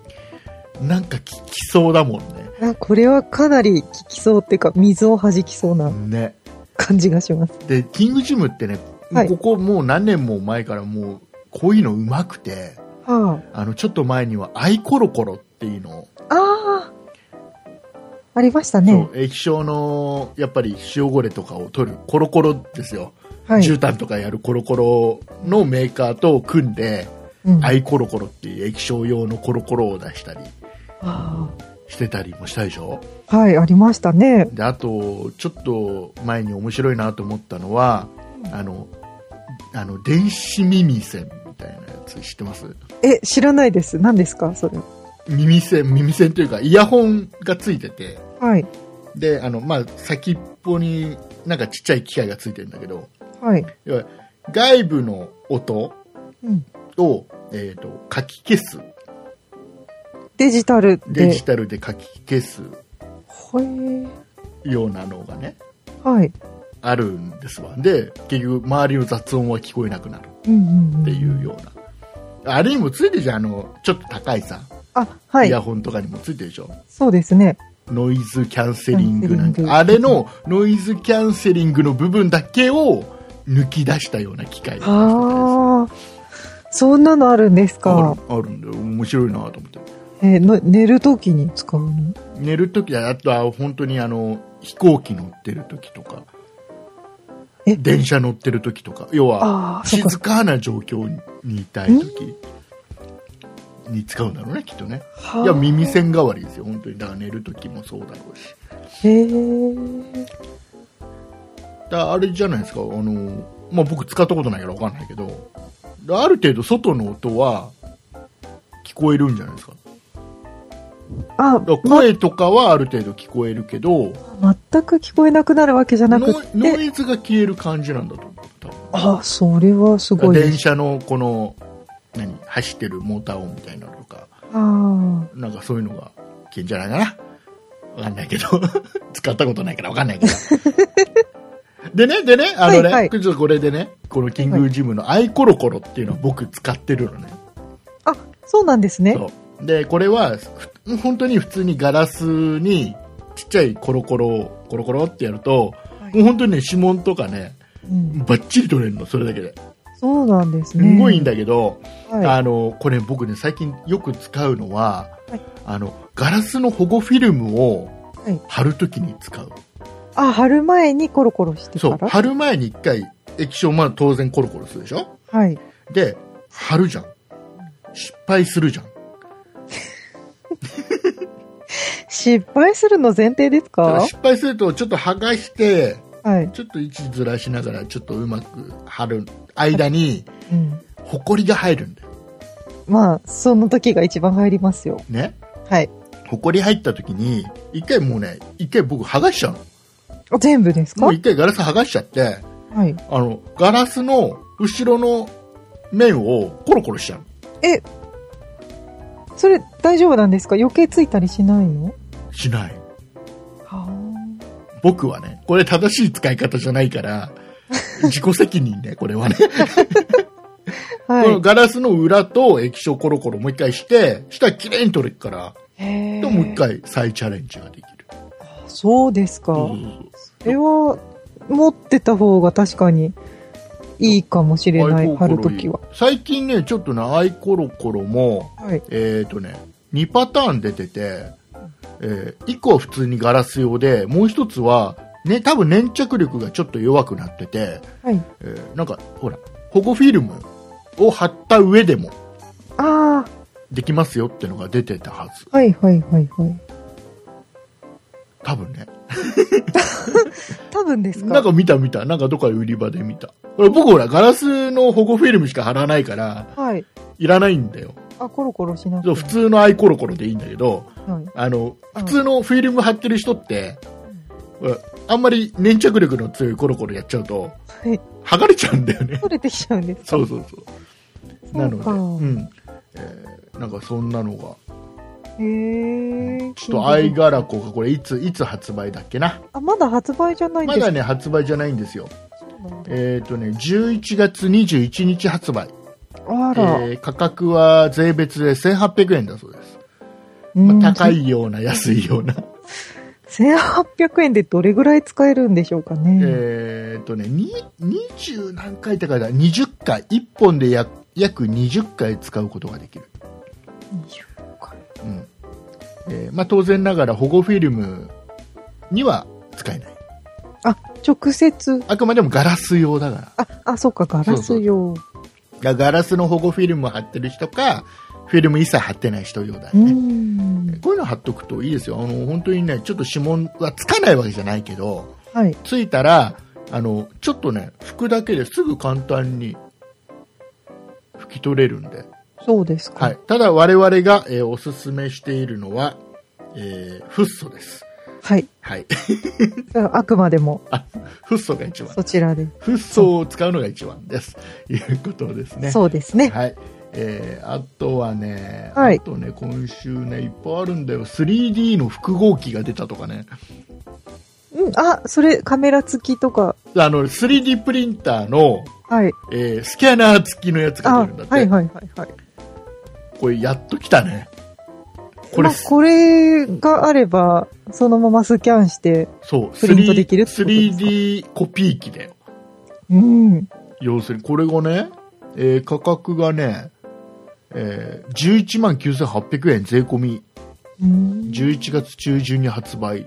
S2: なんか効きそうだもんね
S3: あこれはかなり効きそうっていうか、水を弾きそうな
S2: ね
S3: 感じがします。
S2: でキングジムってね、
S3: はい
S2: ここもう何年も前からもうこういうのうまくて
S3: は
S2: あのちょっと前にはアイコロコロっていうのを、
S3: あ。ああ。ありましたね。
S2: そう液晶のやっぱり塩汚れとかを取るコロコロですよ、
S3: はい。
S2: 絨毯とかやるコロコロのメーカーと組んで、
S3: うん
S2: アイコロコロっていう液晶用のコロコロを出したり
S3: あ
S2: してたりもしたでしょ
S3: あはい、ありましたね。
S2: であとちょっと前に面白いなと思ったのはあのあの電子耳栓みたいなやつ知ってます
S3: え、知らないです。何ですかそれ。
S2: 耳栓耳栓というかイヤホンがついてて
S3: はい。
S2: であの、まあ、先っぽになんかちっちゃい機械がついてるんだけど
S3: はい。
S2: 要は外部の音
S3: うん。
S2: を、えー、と書き消す
S3: デジタル
S2: デ
S3: で
S2: ジ。タルで書き消す
S3: ほえ。
S2: ようなのがね
S3: はい。
S2: あるんですわで結局周りの雑音は聞こえなくなる
S3: うんうん、うん。
S2: っていう。ような、あれにもついてるじゃんあのちょっと高いさ、
S3: あ、は
S2: イ
S3: い
S2: ヤ。ホンとかにもついてるでしょ
S3: そうですね。
S2: ノイズキャンセリングなん
S3: キャンセリング
S2: かあれのノイズキャンセリングの部分だけを抜き出したような機械あ
S3: ああ。そんなのあるんですか
S2: る。あるんだよ面白いなと思って
S3: えーの、寝るときに使うの
S2: 寝るときやあとは本当にあの飛行機乗ってるときとか
S3: え
S2: 電車乗ってるときとか要は
S3: あーそっか
S2: 静かな状況にいたいときに使うんだろうねきっとね
S3: はい
S2: や耳栓代わりですよ本当にだから寝るときもそうだろうし
S3: へえ。
S2: だからあれじゃないですかあの、まあ、僕使ったことないから分かんないけどある程度外の音は聞こえるんじゃないですか
S3: あ、
S2: だから声とかはある程度聞こえるけど、
S3: ま、全く聞こえなくなるわけじゃなく
S2: ノイノ
S3: て。
S2: イズが消える感じなんだと思う多分
S3: あ、それはすごいで
S2: 電
S3: す。
S2: 車のこの何走ってるモーター音みたいなのとか
S3: ああ。
S2: なんかそういうのが消えんじゃないかな分かんないけど 使ったことないから分かんないけど でねでねあのね、
S3: はいはい
S2: ちょっとこれでねこのキングジムのアイコロコロっていうのは僕使ってるのね、
S3: あ、そうなんですね。
S2: そうでこれはふ本当に普通にガラスにちっちゃいコロコロをコロコロってやると、
S3: はい
S2: もう本当にね指紋とかね
S3: うん、
S2: バッチリ取れるのそれだけで
S3: そうなんです
S2: す
S3: ね。
S2: ごいいいんだけど、
S3: はい。
S2: あのこれ僕ね最近よく使うのは、
S3: はい
S2: あのガラスの保護フィルムを
S3: はい
S2: 貼るときに使う、
S3: あ、貼る前にコロコロして
S2: そう
S3: から。
S2: 貼る前に1回液晶まあ当然コロコロするでしょ
S3: はい。
S2: で貼るじゃん失敗するじゃん
S3: 失敗するの前提です
S2: だから
S3: か
S2: 失敗するとちょっと剥がして
S3: はい。
S2: ちょっと位置ずらしながらちょっとうまく貼る間に
S3: うん。
S2: ホコリが入るんだよ
S3: まあ、その時が一番入りますよ。
S2: ね、
S3: はい。
S2: ほこり入った時に、一回もうね、一回僕剥がしちゃうの。
S3: あ全部ですか
S2: もう
S3: はい。
S2: 一回ガラス剥がしちゃって、
S3: え、
S2: あの、ガラスの後ろの面をコロコロしちゃうの。
S3: それ大丈夫なんですか余計ついたりしないの
S2: しない。
S3: は
S2: 僕はね、これ正しい使い方じゃない から、自己責任ね、これはね。
S3: あ。
S2: この
S3: は
S2: ガラスの裏と液晶コロコロもう一回して、したら綺麗に取れるから、
S3: い。へえ。
S2: でもう一。回再チャレンジができる。
S3: そうですか。
S2: そうそうそう
S3: それは、持ってた方が確かにいいかもしれない、貼るときは。
S2: 最近ね、ちょっとね、アイコロコロも、
S3: はい。
S2: えっ、とね、2パターン出てて、え1個は普通にガラス用で、もう1つは、ね、多分粘着力がちょっと弱くなってて、
S3: はい。
S2: えーなんか、ほら、保護フィルムを貼った上でも
S3: あ
S2: できますよってのが出てたはず。
S3: あ、はいはいはいはい。
S2: 多分ね。
S3: 多分ですか
S2: なんか見た見た。なんかどっか売り場で見た。俺僕ほら、ガラスの保護フィルムしか貼らないから、
S3: はい。
S2: いらないんだよ。
S3: あ、コロコロしなくて
S2: そう
S3: も。
S2: 普通のアイコロコロでいいんだけど、
S3: はい。
S2: あの、
S3: うん
S2: 普通のフィルム貼ってる人って、うんあんまり粘着力の強いコロコロやっちゃうと、
S3: はい
S2: 剥がれちゃうんだよね。
S3: 取れてきちゃうんですか
S2: そうそうそう。なので、
S3: か
S2: うん。えーなんかそんなのが、
S3: へえ。
S2: ちょっとアイガラコがこれいつ、いつ発売だっけな。
S3: あ、まだ発売じゃないんで
S2: ます
S3: か
S2: だね、発売じゃないんですよ。
S3: そうなんだ
S2: えっ、とね、11月21日発売。
S3: あ
S2: え
S3: ら、
S2: ー価格は税別で1800円だそうです。ま
S3: うん
S2: あ高いような安いような。
S3: 1800円でどれぐらい使えるんでしょうかね。
S2: えーっとね、に20何回って書いてある20回、1本でや約20回使うことができる。
S3: 20回
S2: うんえーまあ、当然ながら保護フィルムには使えない。
S3: あ、直接。
S2: あくまでもガラス用だか
S3: あ、あ、そうか、ガラス用。う
S2: ら。ガラスの保護フィルムを貼ってる人か、フィルム一切貼ってない人用だよ
S3: ー
S2: ね。
S3: ん。
S2: こういうの貼っとくといいですよ。あの、本当にね、ちょっと指紋はつかないわけじゃないけど、
S3: はい。
S2: ついたら、あの、ちょっとね、拭くだけですぐ簡単に拭き取れるんで。
S3: そうですか。
S2: はい、ただ我々が、えーおすすめしているのは、えーフッ素です。
S3: はい。
S2: はい。
S3: じゃああくまでも、
S2: あ、フッ素が一番。
S3: そちらで。
S2: フッ素を使うのが一番です。いうことですね。
S3: そうですね。
S2: はい。えーあとはね、
S3: はい
S2: あとね、今週ね、いっぱいあるんだよ。3D の複合機が出たとかね。
S3: うん、あ、それ、カメラ付きとか。
S2: あの、3D プリンターの、
S3: はい。
S2: えースキャナー付きのやつが
S3: あ、
S2: 出るんだって。
S3: はいはいはいはい。
S2: これ、やっと来たね。これ、
S3: まあ、これがあれば、そのままスキャンして、
S2: そう、
S3: プリントできるってことですか
S2: 3D コピー機だよ。
S3: うん。
S2: 要するにこれがね、えー価格がね、えー11万9800円税込み
S3: うん
S2: 11月中旬に発売っ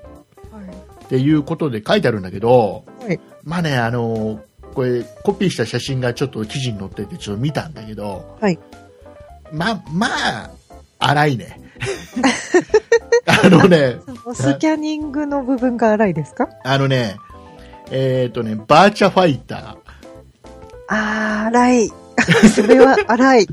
S3: は
S2: ていうことで書いてあるんだけど
S3: い。
S2: まあねあのーこれコピーした写真がちょっと記事に載っててちょっと見たんだけど
S3: はい。
S2: まあまあ荒い ねあのね
S3: スキャニングの部分が荒いですか
S2: あのねえっ、とねバーチャファイタ
S3: あー、荒い。 それは荒い。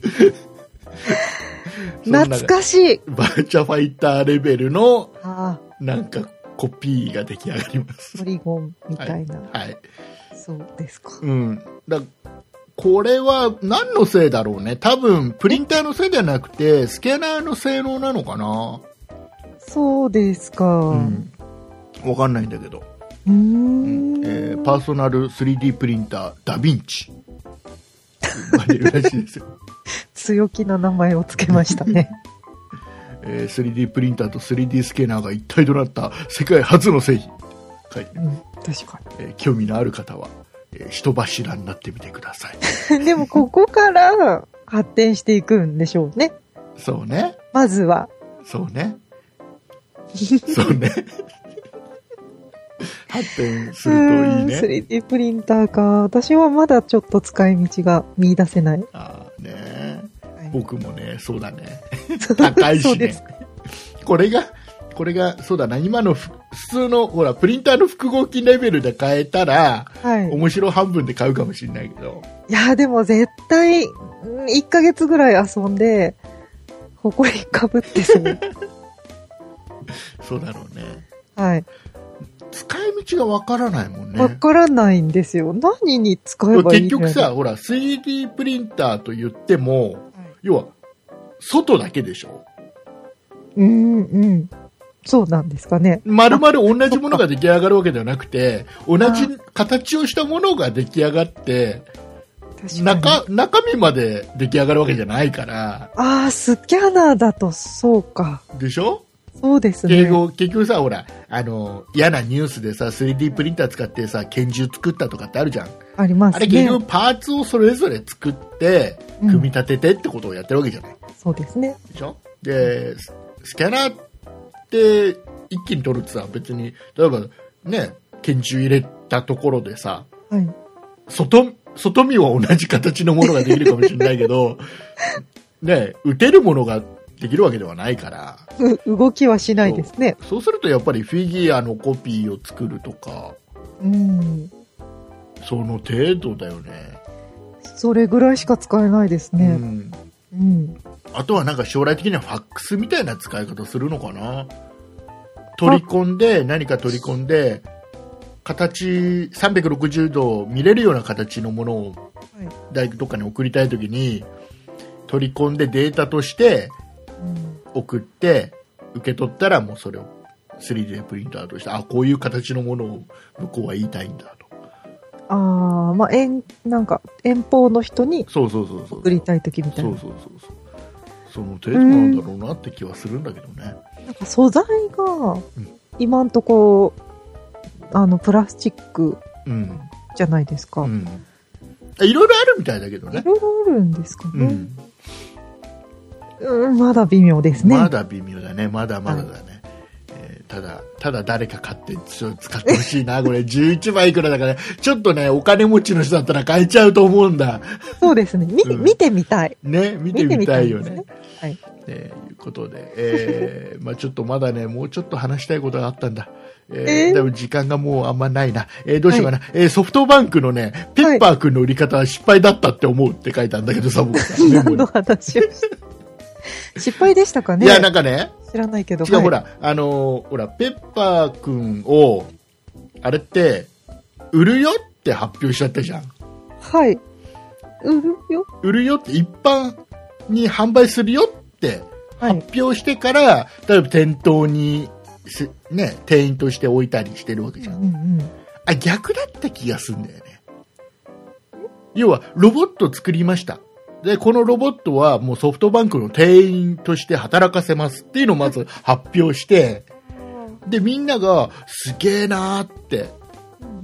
S2: ー そんな
S3: 懐かしい。
S2: バーチャファイターレベルの
S3: あ
S2: なんかコピーが出来上がります
S3: ー、ポリゴンみたいな。
S2: はい。
S3: そうですか。
S2: うん。だこれは何のせいだろうね。多分、プリンターのせいじゃなくて、スキャナーの性能なのかな。
S3: そうですか。
S2: う。
S3: うん
S2: わかんないんだけど。
S3: ー。
S2: うんえーパーソナル 3D プリンター、ダヴィンチ。生まれるらしいですよ。
S3: 強気な名前をつけました ね。
S2: えー 3D プリンターと 3D スキャナーが一体となった世界初の製品。書いてあ
S3: う
S2: る
S3: ん、確か
S2: えー興味のある方は、えー人柱になってみてください。
S3: に。 でも、ここから発展していくんでしょうね。
S2: そうね。
S3: まずは。
S2: そう ね。そうね。発展するといい
S3: うん
S2: ね。
S3: 3D プリンターか。私はまだちょっと使い道が見出せない。
S2: ああね。
S3: はい
S2: 僕もね、そうだね。高い
S3: そ
S2: し
S3: うで
S2: ね
S3: す。
S2: これが、これが、そうだな、今のふ普通の、ほら、プリンターの複合機レベルで買えたら、
S3: はい。
S2: 面白半分で買うかもしれないけど、
S3: いや、でも絶対、1ヶ月ぐらい遊んで、ほこりかぶって そう。
S2: そうだろうね。
S3: はい。
S2: 使い道がわからないもんね。
S3: わからないんですよ。何に使えばいい
S2: 結
S3: の
S2: 局さ、ほら、3D プリンターと言っても、要は、外だけでしょ
S3: うんうん。そうなんですかね。
S2: 丸々同じものが出来上がるわけではなくて、同じ形をしたものが出来上がって、
S3: 確かに。
S2: 中、中身まで出来上がるわけじゃないから、
S3: ああ、スキャナーだとそうか。
S2: でしょ
S3: そうですね。
S2: 英語、結局さ、ほら、あの、嫌なニュースでさ、3D プリンター使ってさ、拳銃作ったとかってあるじゃん。
S3: ありま
S2: あ
S3: す
S2: れ、
S3: ね
S2: 結。局パーツをそれぞれ作って、
S3: うん
S2: 組み立ててってことをやってるわけじゃない。
S3: そうですね。
S2: でしょで、ススキャナーって一気に撮るってさ、別に、例えばね、拳銃入れたところでさ、
S3: はい。
S2: 外、外見は同じ形のものができるかもしれないけ ど、ね、撃てるものができるわけではないから、
S3: う動きはしないですね。
S2: そうするとやっぱりフィギュアのコピーを作るとか、
S3: うん。
S2: その程度だよね。
S3: それぐらいしか使えないです
S2: う
S3: ね。
S2: ん。
S3: うん。
S2: あとはなんか将来的にはファックスみたいな使い方するのかな取り込んで、何か取り込んで、形、360度見れるような形のものを
S3: はい
S2: 大学とかに送りたいときに、取り込んでデータとして
S3: うん
S2: 送って、受け取ったらもうそれを 3D プリンターとして、あ、こういう形のものを向こうは言いたいんだと。
S3: ああ、まあ、遠、なんか、遠方の人に
S2: そうそうそうそう。
S3: 送りたい時みたい
S2: そ
S3: な。
S2: うそうそうそう。その程度なんだろうなって気はするんだけどね。
S3: なんか素材が
S2: ん、
S3: 今んとこ、あの、プラスチック
S2: うん。
S3: じゃないですか。
S2: うん。いろいろあるみたいだけど
S3: い
S2: ね。
S3: ろいろあるんですか
S2: う
S3: ね。
S2: ん。
S3: うん、まだ微妙ですね。
S2: まだ微妙だね。まだまだだね。えーただ、ただ誰か買って、ちょ使ってほしいな。 これ11枚いくらだから、ちょっとね、お金持ちの人だったら買えちゃうと思うんだ。
S3: そうですね。み、
S2: うん
S3: 見てみたい。
S2: ね、見てみたいよね。
S3: すね
S2: と、いうことで、 えーまあちょっとまだね、もうちょっと話したいことがあったんだ。えー、
S3: えー
S2: でも時間がもうあんまないな。えーどうしようかな、えーソフトバンクのね、ペッパー君の売り方は失敗だったって思うって書いたんだけどさ、僕はメモ
S3: 何
S2: に
S3: の話をした失敗でしたかね
S2: いや、なんかね、
S3: 知らないけど。
S2: 違う、
S3: はい
S2: ほ。ら、あのーほら、ペッパーくんを、あれって、売るよって発表しちゃったじゃん。
S3: はい。売るよ。
S2: 売るよって、一般に販売するよって
S3: はい。
S2: 発表してから、例えば店頭にす、ね、店員として置いたりしてるわけじ
S3: う
S2: ゃ
S3: ん
S2: ん。
S3: うん。
S2: あ、逆だった気がすんだよね。要は、ロボット作りました。で、このロボットはもうソフトバンクの店員として働かせますっていうのをまず発表して、で、みんながすげえなーって、
S3: うん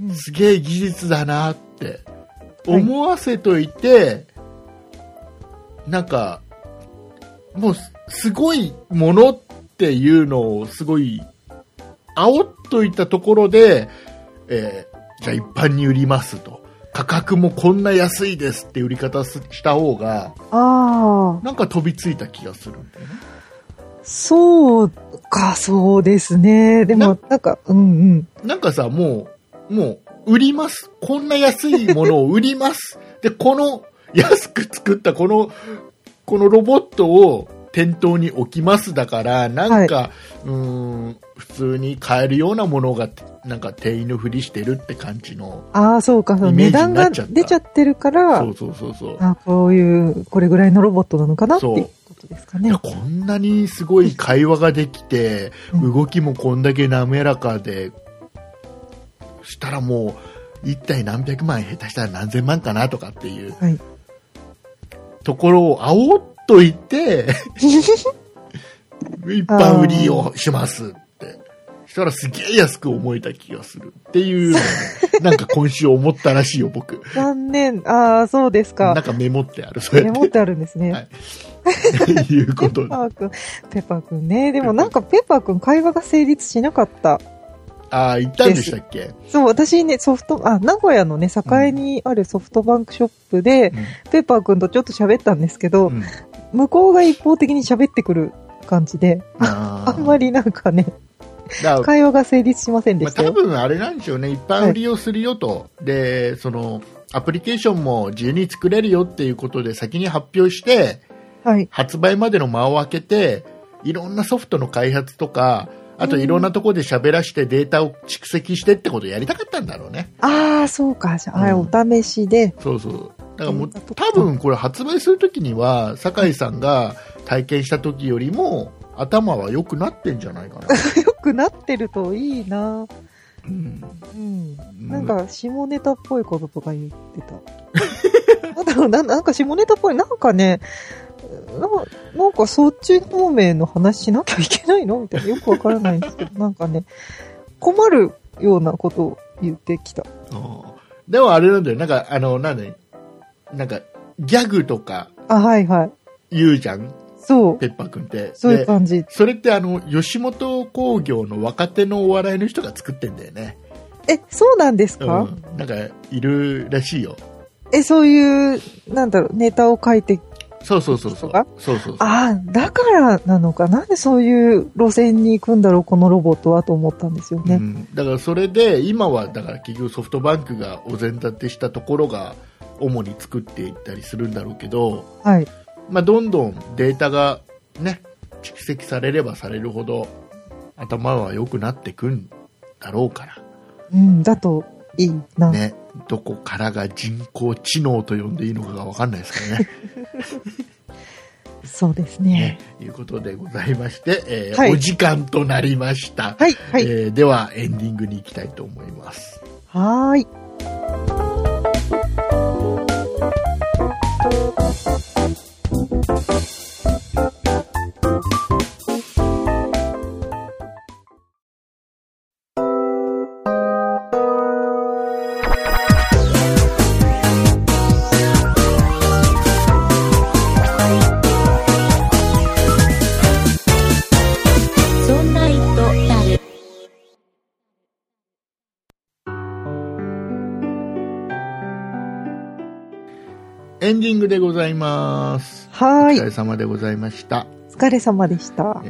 S3: うん
S2: すげえ技術だなーって思わせといて、なんか、もうすすごいものっていうのをすごい煽っといたところで、えーじゃあ一般に売りますと。価格もこんな安いですって売り方すした方が、
S3: あ
S2: なんか飛びついた気がするんだよね。
S3: あ、そうか、そうですね。でも、なんか、うんうん。
S2: なんかさ、もう、もう、売ります。こんな安いものを売ります。で、この、安く作ったこの、このロボットを店頭に置きますだから、なんか、うーん、普通に買えるようなものが、なんか店員のふりしてるって感じの。
S3: ああ、そうか、その
S2: イメージに
S3: 値段
S2: なっ
S3: が
S2: ちゃった
S3: 出ちゃってるから、
S2: そうそうそうそう。
S3: あこういう、これぐらいのロボットなのかなっていうことですか
S2: い
S3: ね
S2: や。こんなにすごい会話ができて、
S3: うん
S2: 動きもこんだけ滑らかで、したらもう、一体何百万、下手したら何千万かなとかっていう
S3: はい。
S2: ところを煽っといて、一般売りをしますって。したらすげえ安く思えた気がするっていうのをね、なんか今週思ったらしいよ、僕。
S3: 残念。ああ、そうです
S2: なん
S3: か。
S2: かメモってある、そう
S3: メ
S2: やっ
S3: モってあるんですね。
S2: はいて いうこ
S3: ペ
S2: と
S3: ッ
S2: で。
S3: パーくん、ペッパーくんね。でもなんかペッパーくん会話が成立しなかった。
S2: ああ、言ったんでしたっけ、
S3: そう、私ね、ソフト、あ、名古屋のね、栄にあるソフトバンクショップで、ペッパーくんとちょっと喋ったんですけど、
S2: うんうん
S3: 向こうが一方的に喋ってくる感じで、
S2: あ
S3: あんま
S2: り。
S3: りなんかね、
S2: だから
S3: 会話が成立しませんで
S2: まあ、
S3: した
S2: 多
S3: よ。
S2: 分あれなんでしょうね、一般売りをするよと、でそのアプリケーションも自由に作れるよっていうことで先に発表して、
S3: はい。
S2: 発売までの間を空けて、いろんなソフトの開発とか、あといろんなところで喋らしてデータを蓄積してってことをやりたかったんだろうね。
S3: ああ、そうか。じゃあ、はい
S2: うん
S3: お試しで。
S2: そうそう。だからもう、
S3: データと
S2: 多分これ発売するときには、酒井さんが体験したときよりも、頭は良くなってんじゃないかな。
S3: 良くなってるといいな。
S2: うん
S3: うん。なんか、下ネタっぽいこととか言ってた。 なんだろうな、なんか下ネタっぽい。なんかね、なんか、なんかそっち方面の話しなきゃいけないのみたいな。よくわからないんですけ ど、なんかね、困るようなことを言ってきた。
S2: あーでもあれなんだよ。なんか、あの、なんだよなんか、ギャグとか
S3: あ、はいはい。
S2: 言うじゃん、
S3: そう。
S2: ペッパーくんって。
S3: そういう
S2: で
S3: 感じ。
S2: それってあの、吉本興業の若手のお笑いの人が作ってんだよね。
S3: え、そうなんです
S2: う
S3: か、
S2: ん。なんか、いるらしいよ。
S3: え、そういう、なんだろう、ネタを書いて、
S2: そうそうそうそう。
S3: 人が
S2: そうそうそう。
S3: ああ、だからなのか、なんでそういう路線に行くんだろう、このロボットはと思ったんですよ
S2: う
S3: ね。
S2: ん、だからそれで今はだから結局ソフトバンクがお膳立てしたところが主に作っていったりするんだろうけど、
S3: はい。
S2: まあ、どんどんデータが、ね、蓄積されればされるほど頭は良くなってくんだろうか
S3: うん、だといいな。
S2: ら、ね、どこからが人工知能と呼んでいいのかが分かんないですからね。
S3: そうです ね
S2: ねいうことでございまして、えー
S3: はい
S2: お時間となりました、
S3: はい、はい。
S2: えーではエンディングに行きたいと思います。
S3: はーい。
S1: そんな糸だる。
S2: エンディングでございます。
S3: は
S2: お疲
S3: ー
S2: れ
S3: い。
S2: 様でございました。
S3: お疲れ様でした
S2: え。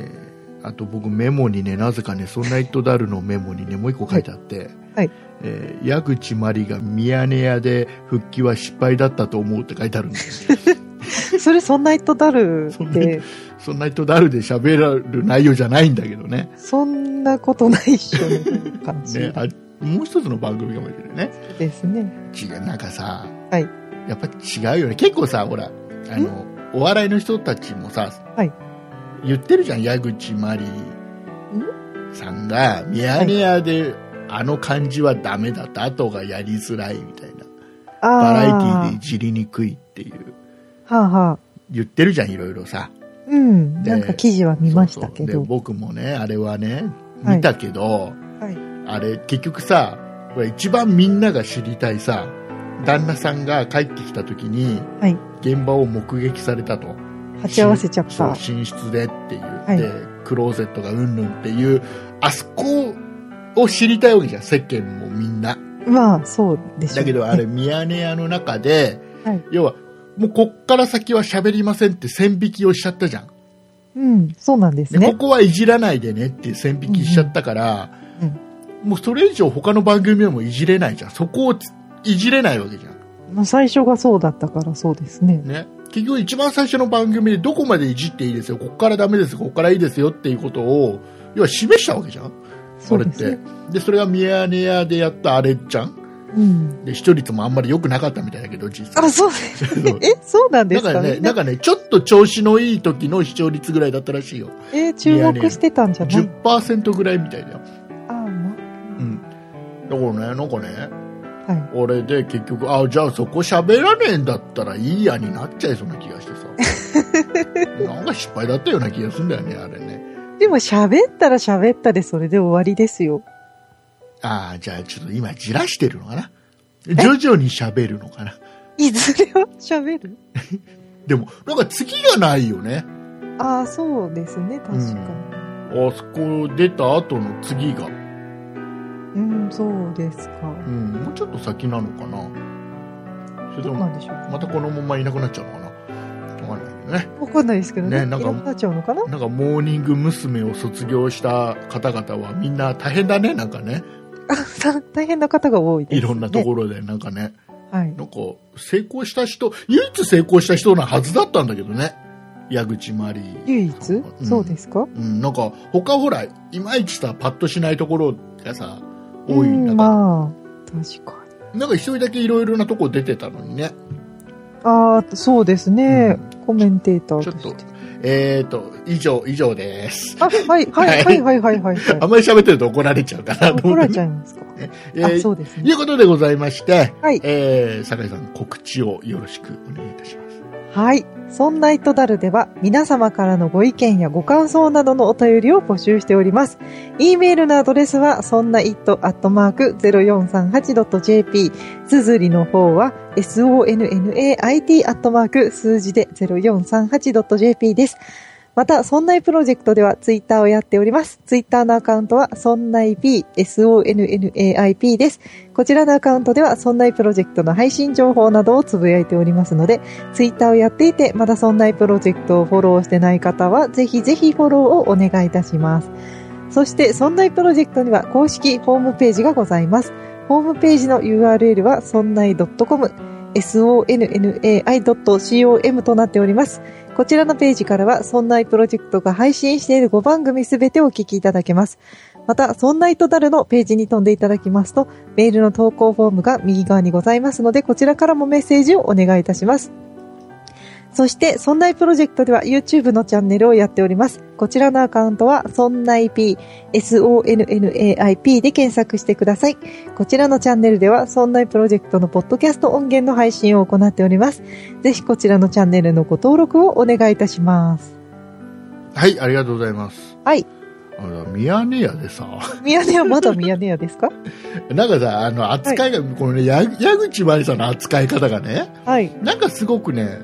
S2: ーあと僕メモにね、なぜかね、そんなイットダルのメモにね、もう一個書いてあって、
S3: はい
S2: えー矢口まりがミヤネ屋で復帰は失敗だったと思うって書いてあるんです よ
S3: それ、そんな人だる
S2: そん
S3: っ
S2: な
S3: て
S2: 人、そんなイットダルで喋られる内容じゃないんだけどね。
S3: そんなことないっしょ、みたいな感 じ
S2: ねあもう一つの番組かもしれないね。
S3: ですね。
S2: 違う、なんかさ、
S3: はい
S2: やっぱ違うよね。結構さ、ほら、あの、お笑いの人たちもさ、
S3: はい
S2: 言ってるじゃん、矢口まりさんが、ミヤネ屋で、あの感じはダメだった、後がやりづらいみたいな、
S3: あ
S2: バラエティ
S3: あ
S2: ーでいじりにくいっていう、
S3: はあはあ。
S2: 言ってるじゃん、いろいろさ。
S3: うん。
S2: で
S3: なんか記事は見ましたけ
S2: そうそう
S3: ど
S2: で。僕もね、あれはね、
S3: はい
S2: 見たけど、
S3: はい。
S2: あれ、結局さ、これ一番みんなが知りたいさ、旦那さんが帰ってきた時に、
S3: はい。
S2: 現場を目撃されたと。
S3: 鉢合わせちゃっ
S2: そう
S3: た。
S2: 寝室でって言って、
S3: はい
S2: クローゼットがうんぬんっていう、あそこを知りたいわけじゃん、世間もみんな。
S3: まあ、そうでしょうね
S2: だけどあれ、ミヤネ屋の中で、
S3: はい
S2: 要は、もうこっから先は喋りませんって線引きをしちゃったじゃん。
S3: うん、そうなんです
S2: で
S3: ね
S2: こ。こはいじらないでねっていう線引きしちゃったから、
S3: うんうん
S2: もうそれ以上他の番組でもいじれないじゃん。そこをついじれないわけじゃん。
S3: まあ、最初がそうだったからそうですね。
S2: ね、結局一番最初の番組でどこまでいじっていいですよここからダメですここからいいですよっていうことを要は示したわけじゃん
S3: そ
S2: そうれっ
S3: です
S2: て
S3: ね。
S2: でそれがミヤネ屋でやったあれじゃん
S3: うん。
S2: で視聴率もあんまり良くなかったみたいだけど実際
S3: あ、そう
S2: そう
S3: え、そうなんで
S2: だ
S3: す
S2: か
S3: からね
S2: ね。なんかねちょっと調子のいい時の視聴率ぐらいだったらしいよ
S3: えー注目してたんじゃない
S2: 10%ぐらいみたいだよ、
S3: あ、ま
S2: うん、だからねなんかね
S3: は
S2: 俺で結局あじゃあそこ喋らねえんだったらいいやになっちゃいそうな気がしてさ なんか失敗だったような気がするんだよねあれね
S3: い。でも喋ったら喋ったでそれで終わりですよ。
S2: ああじゃあちょっと今じらしてるのかな徐々に喋るのかない
S3: ずれは喋る
S2: でもなんか次がないよね
S3: ああ、そうですね、確か
S2: あそこ出た後の次が、
S3: に。うん、そうですか
S2: う。ん、もうちょっと先なのかなそれと
S3: どう
S2: も
S3: なんでしょうか。
S2: またこのままいなくなっちゃうのかなわかんないけどね
S3: わかんないですけどね。
S2: ね
S3: い
S2: な
S3: なん
S2: か
S3: くなっちゃうのかな
S2: なんかモーニング娘。を卒業した方々はみんな大変だねなんかね
S3: あさ大変な方が多いです、
S2: い
S3: ね。
S2: ろんなところで、なんかね、
S3: はい。
S2: なんか、成功した人、唯一成功した人なはずだったんだけどね。矢口真理
S3: 唯一
S2: そううん
S3: そうです
S2: う
S3: か
S2: ん、なんか他ほらいまいちさパッとしないところがさ多い
S3: うん
S2: だから、
S3: まあ、確かに。
S2: なんか一人だけいろいろなとこ出てたのにね
S3: ああ、そうですね。コメンテーター
S2: ちょ
S3: と
S2: っ
S3: し
S2: と
S3: て。
S2: えっ、ー、と以上以上です
S3: あ、はい、はい、はい、はい、はい、はい。
S2: あんまり喋ってると怒られちゃうから
S3: 怒られち
S2: ゃう、
S3: ゃいますか。
S2: え
S3: あ、
S2: ー
S3: そうです
S2: とい
S3: ね。
S2: うことでございまして、
S3: はい
S2: えー、酒井さん告知をよろしくお願いいたします
S3: はい。そんな糸だるでは、皆様からのご意見やご感想などのお便りを募集しております。e メールのアドレスは、そんな it.0438.jp。すずりの方は、sonnait. アットマーク数字で 0438.jp です。また、そんないプロジェクトではツイッターをやっております。ツイッターのアカウントは、そんない p、sonnaip です。こちらのアカウントでは、そんないプロジェクトの配信情報などをつぶやいておりますので、ツイッターをやっていて、まだそんないプロジェクトをフォローしてない方は、ぜひぜひフォローをお願いいたします。そして、そんないプロジェクトには公式ホームページがございます。ホームページの URL は、そんない .com、sonnai.com となっております。こちらのページからは、そんないプロジェクトが配信している5番組すべてお聞きいただけます。また、そんないとだるのページに飛んでいただきますと、メールの投稿フォームが右側にございますので、こちらからもメッセージをお願いいたします。そして、そんないプロジェクトでは YouTube のチャンネルをやっております。こちらのアカウントは、そんない P、sonnaip で検索してください。こちらのチャンネルでは、そんないプロジェクトのポッドキャスト音源の配信を行っております。ぜひこちらのチャンネルのご登録をお願いいたします。
S2: はいありがとうございます
S3: はい。
S2: あのミヤネ屋でさ
S3: ミヤネ屋、まだミヤネ屋ですか
S2: なんかさ、あの、扱いが、このね、や矢口真理さんの扱い方がね、
S3: はい。
S2: なんかすごくね、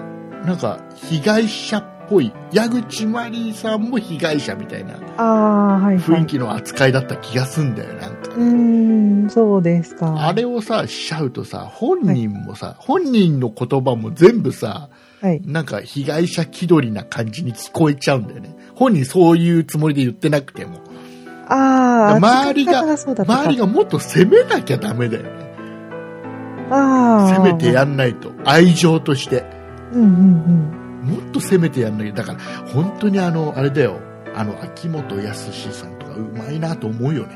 S2: なんか、被害者っぽい、矢口真理さんも被害者みたいな
S3: ああ、はい、は
S2: 雰囲
S3: い。
S2: 気の扱いだった気がすんだよ、なんか。
S3: うーん、そうですか。
S2: あれをさ、しちゃうとさ、本人もさ、本人の言葉も全部さ、
S3: はい。
S2: なんか被害者気取りな感じに聞こえちゃうんだよね。本人そういうつもりで言ってなくても。
S3: ああ、
S2: 周りが
S3: 扱い方そうだったか
S2: 周りがもっと責めなきゃダメだよね。
S3: ああ。
S2: 責めてやんないと。愛情として。
S3: うんうん
S2: もっと攻めてやんなきゃだから本当にあのあれだよあの秋元康さんとかうまいなと思うよね、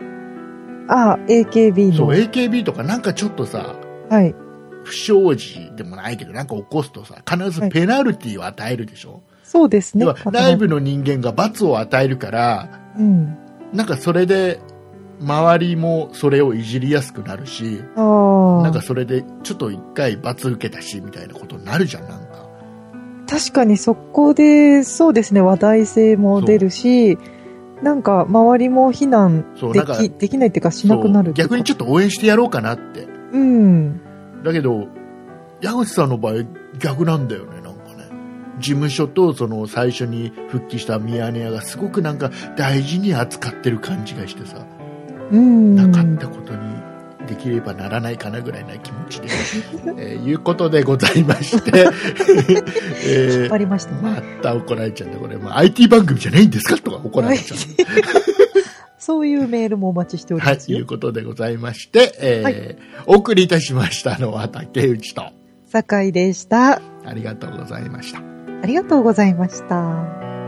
S3: うん。ああ、AKB
S2: そう
S3: の。
S2: AKB とかなんかちょっとさ
S3: はい。
S2: 不祥事でもないけどなんか起こすとさ必ずペナルティを与えるでしょ、
S3: そうですね
S2: 要は。内部の人間が罰を与えるから
S3: うん。
S2: なんかそれで周りもそれをいじりやすくなるし
S3: ああ。
S2: なんかそれでちょっと一回罰受けたしみたいなことになるじゃんなんか
S3: 確かに速攻で、そうですね、話題性も出るし、なんか周りも非難
S2: そう
S3: で
S2: なんか
S3: きできないっていうか、しなくなる
S2: そう
S3: っていうか
S2: 逆にちょっと応援してやろうかなって
S3: うん。
S2: だけど矢口さんの場合逆なんだよねなんかね事務所とその最初に復帰したミヤネ屋がすごくなんか大事に扱ってる感じがしてさ、
S3: うん。
S2: なかったことにできればならないかなぐらいな気持ちで、 えーいうことでございまして、 え
S3: 引っ張
S2: ー
S3: りましたね。
S2: また怒られちゃうんだこれ、まあ、IT 番組じゃないんですかとか 怒られちゃう
S3: そういうメールもお待ちしており
S2: はい
S3: ま、す
S2: いう
S3: よ。
S2: ことでございまして、えー
S3: はい
S2: お送りいたしましたのは竹内と
S3: 酒井でした。
S2: ありがとうございました
S3: ありがとうございました。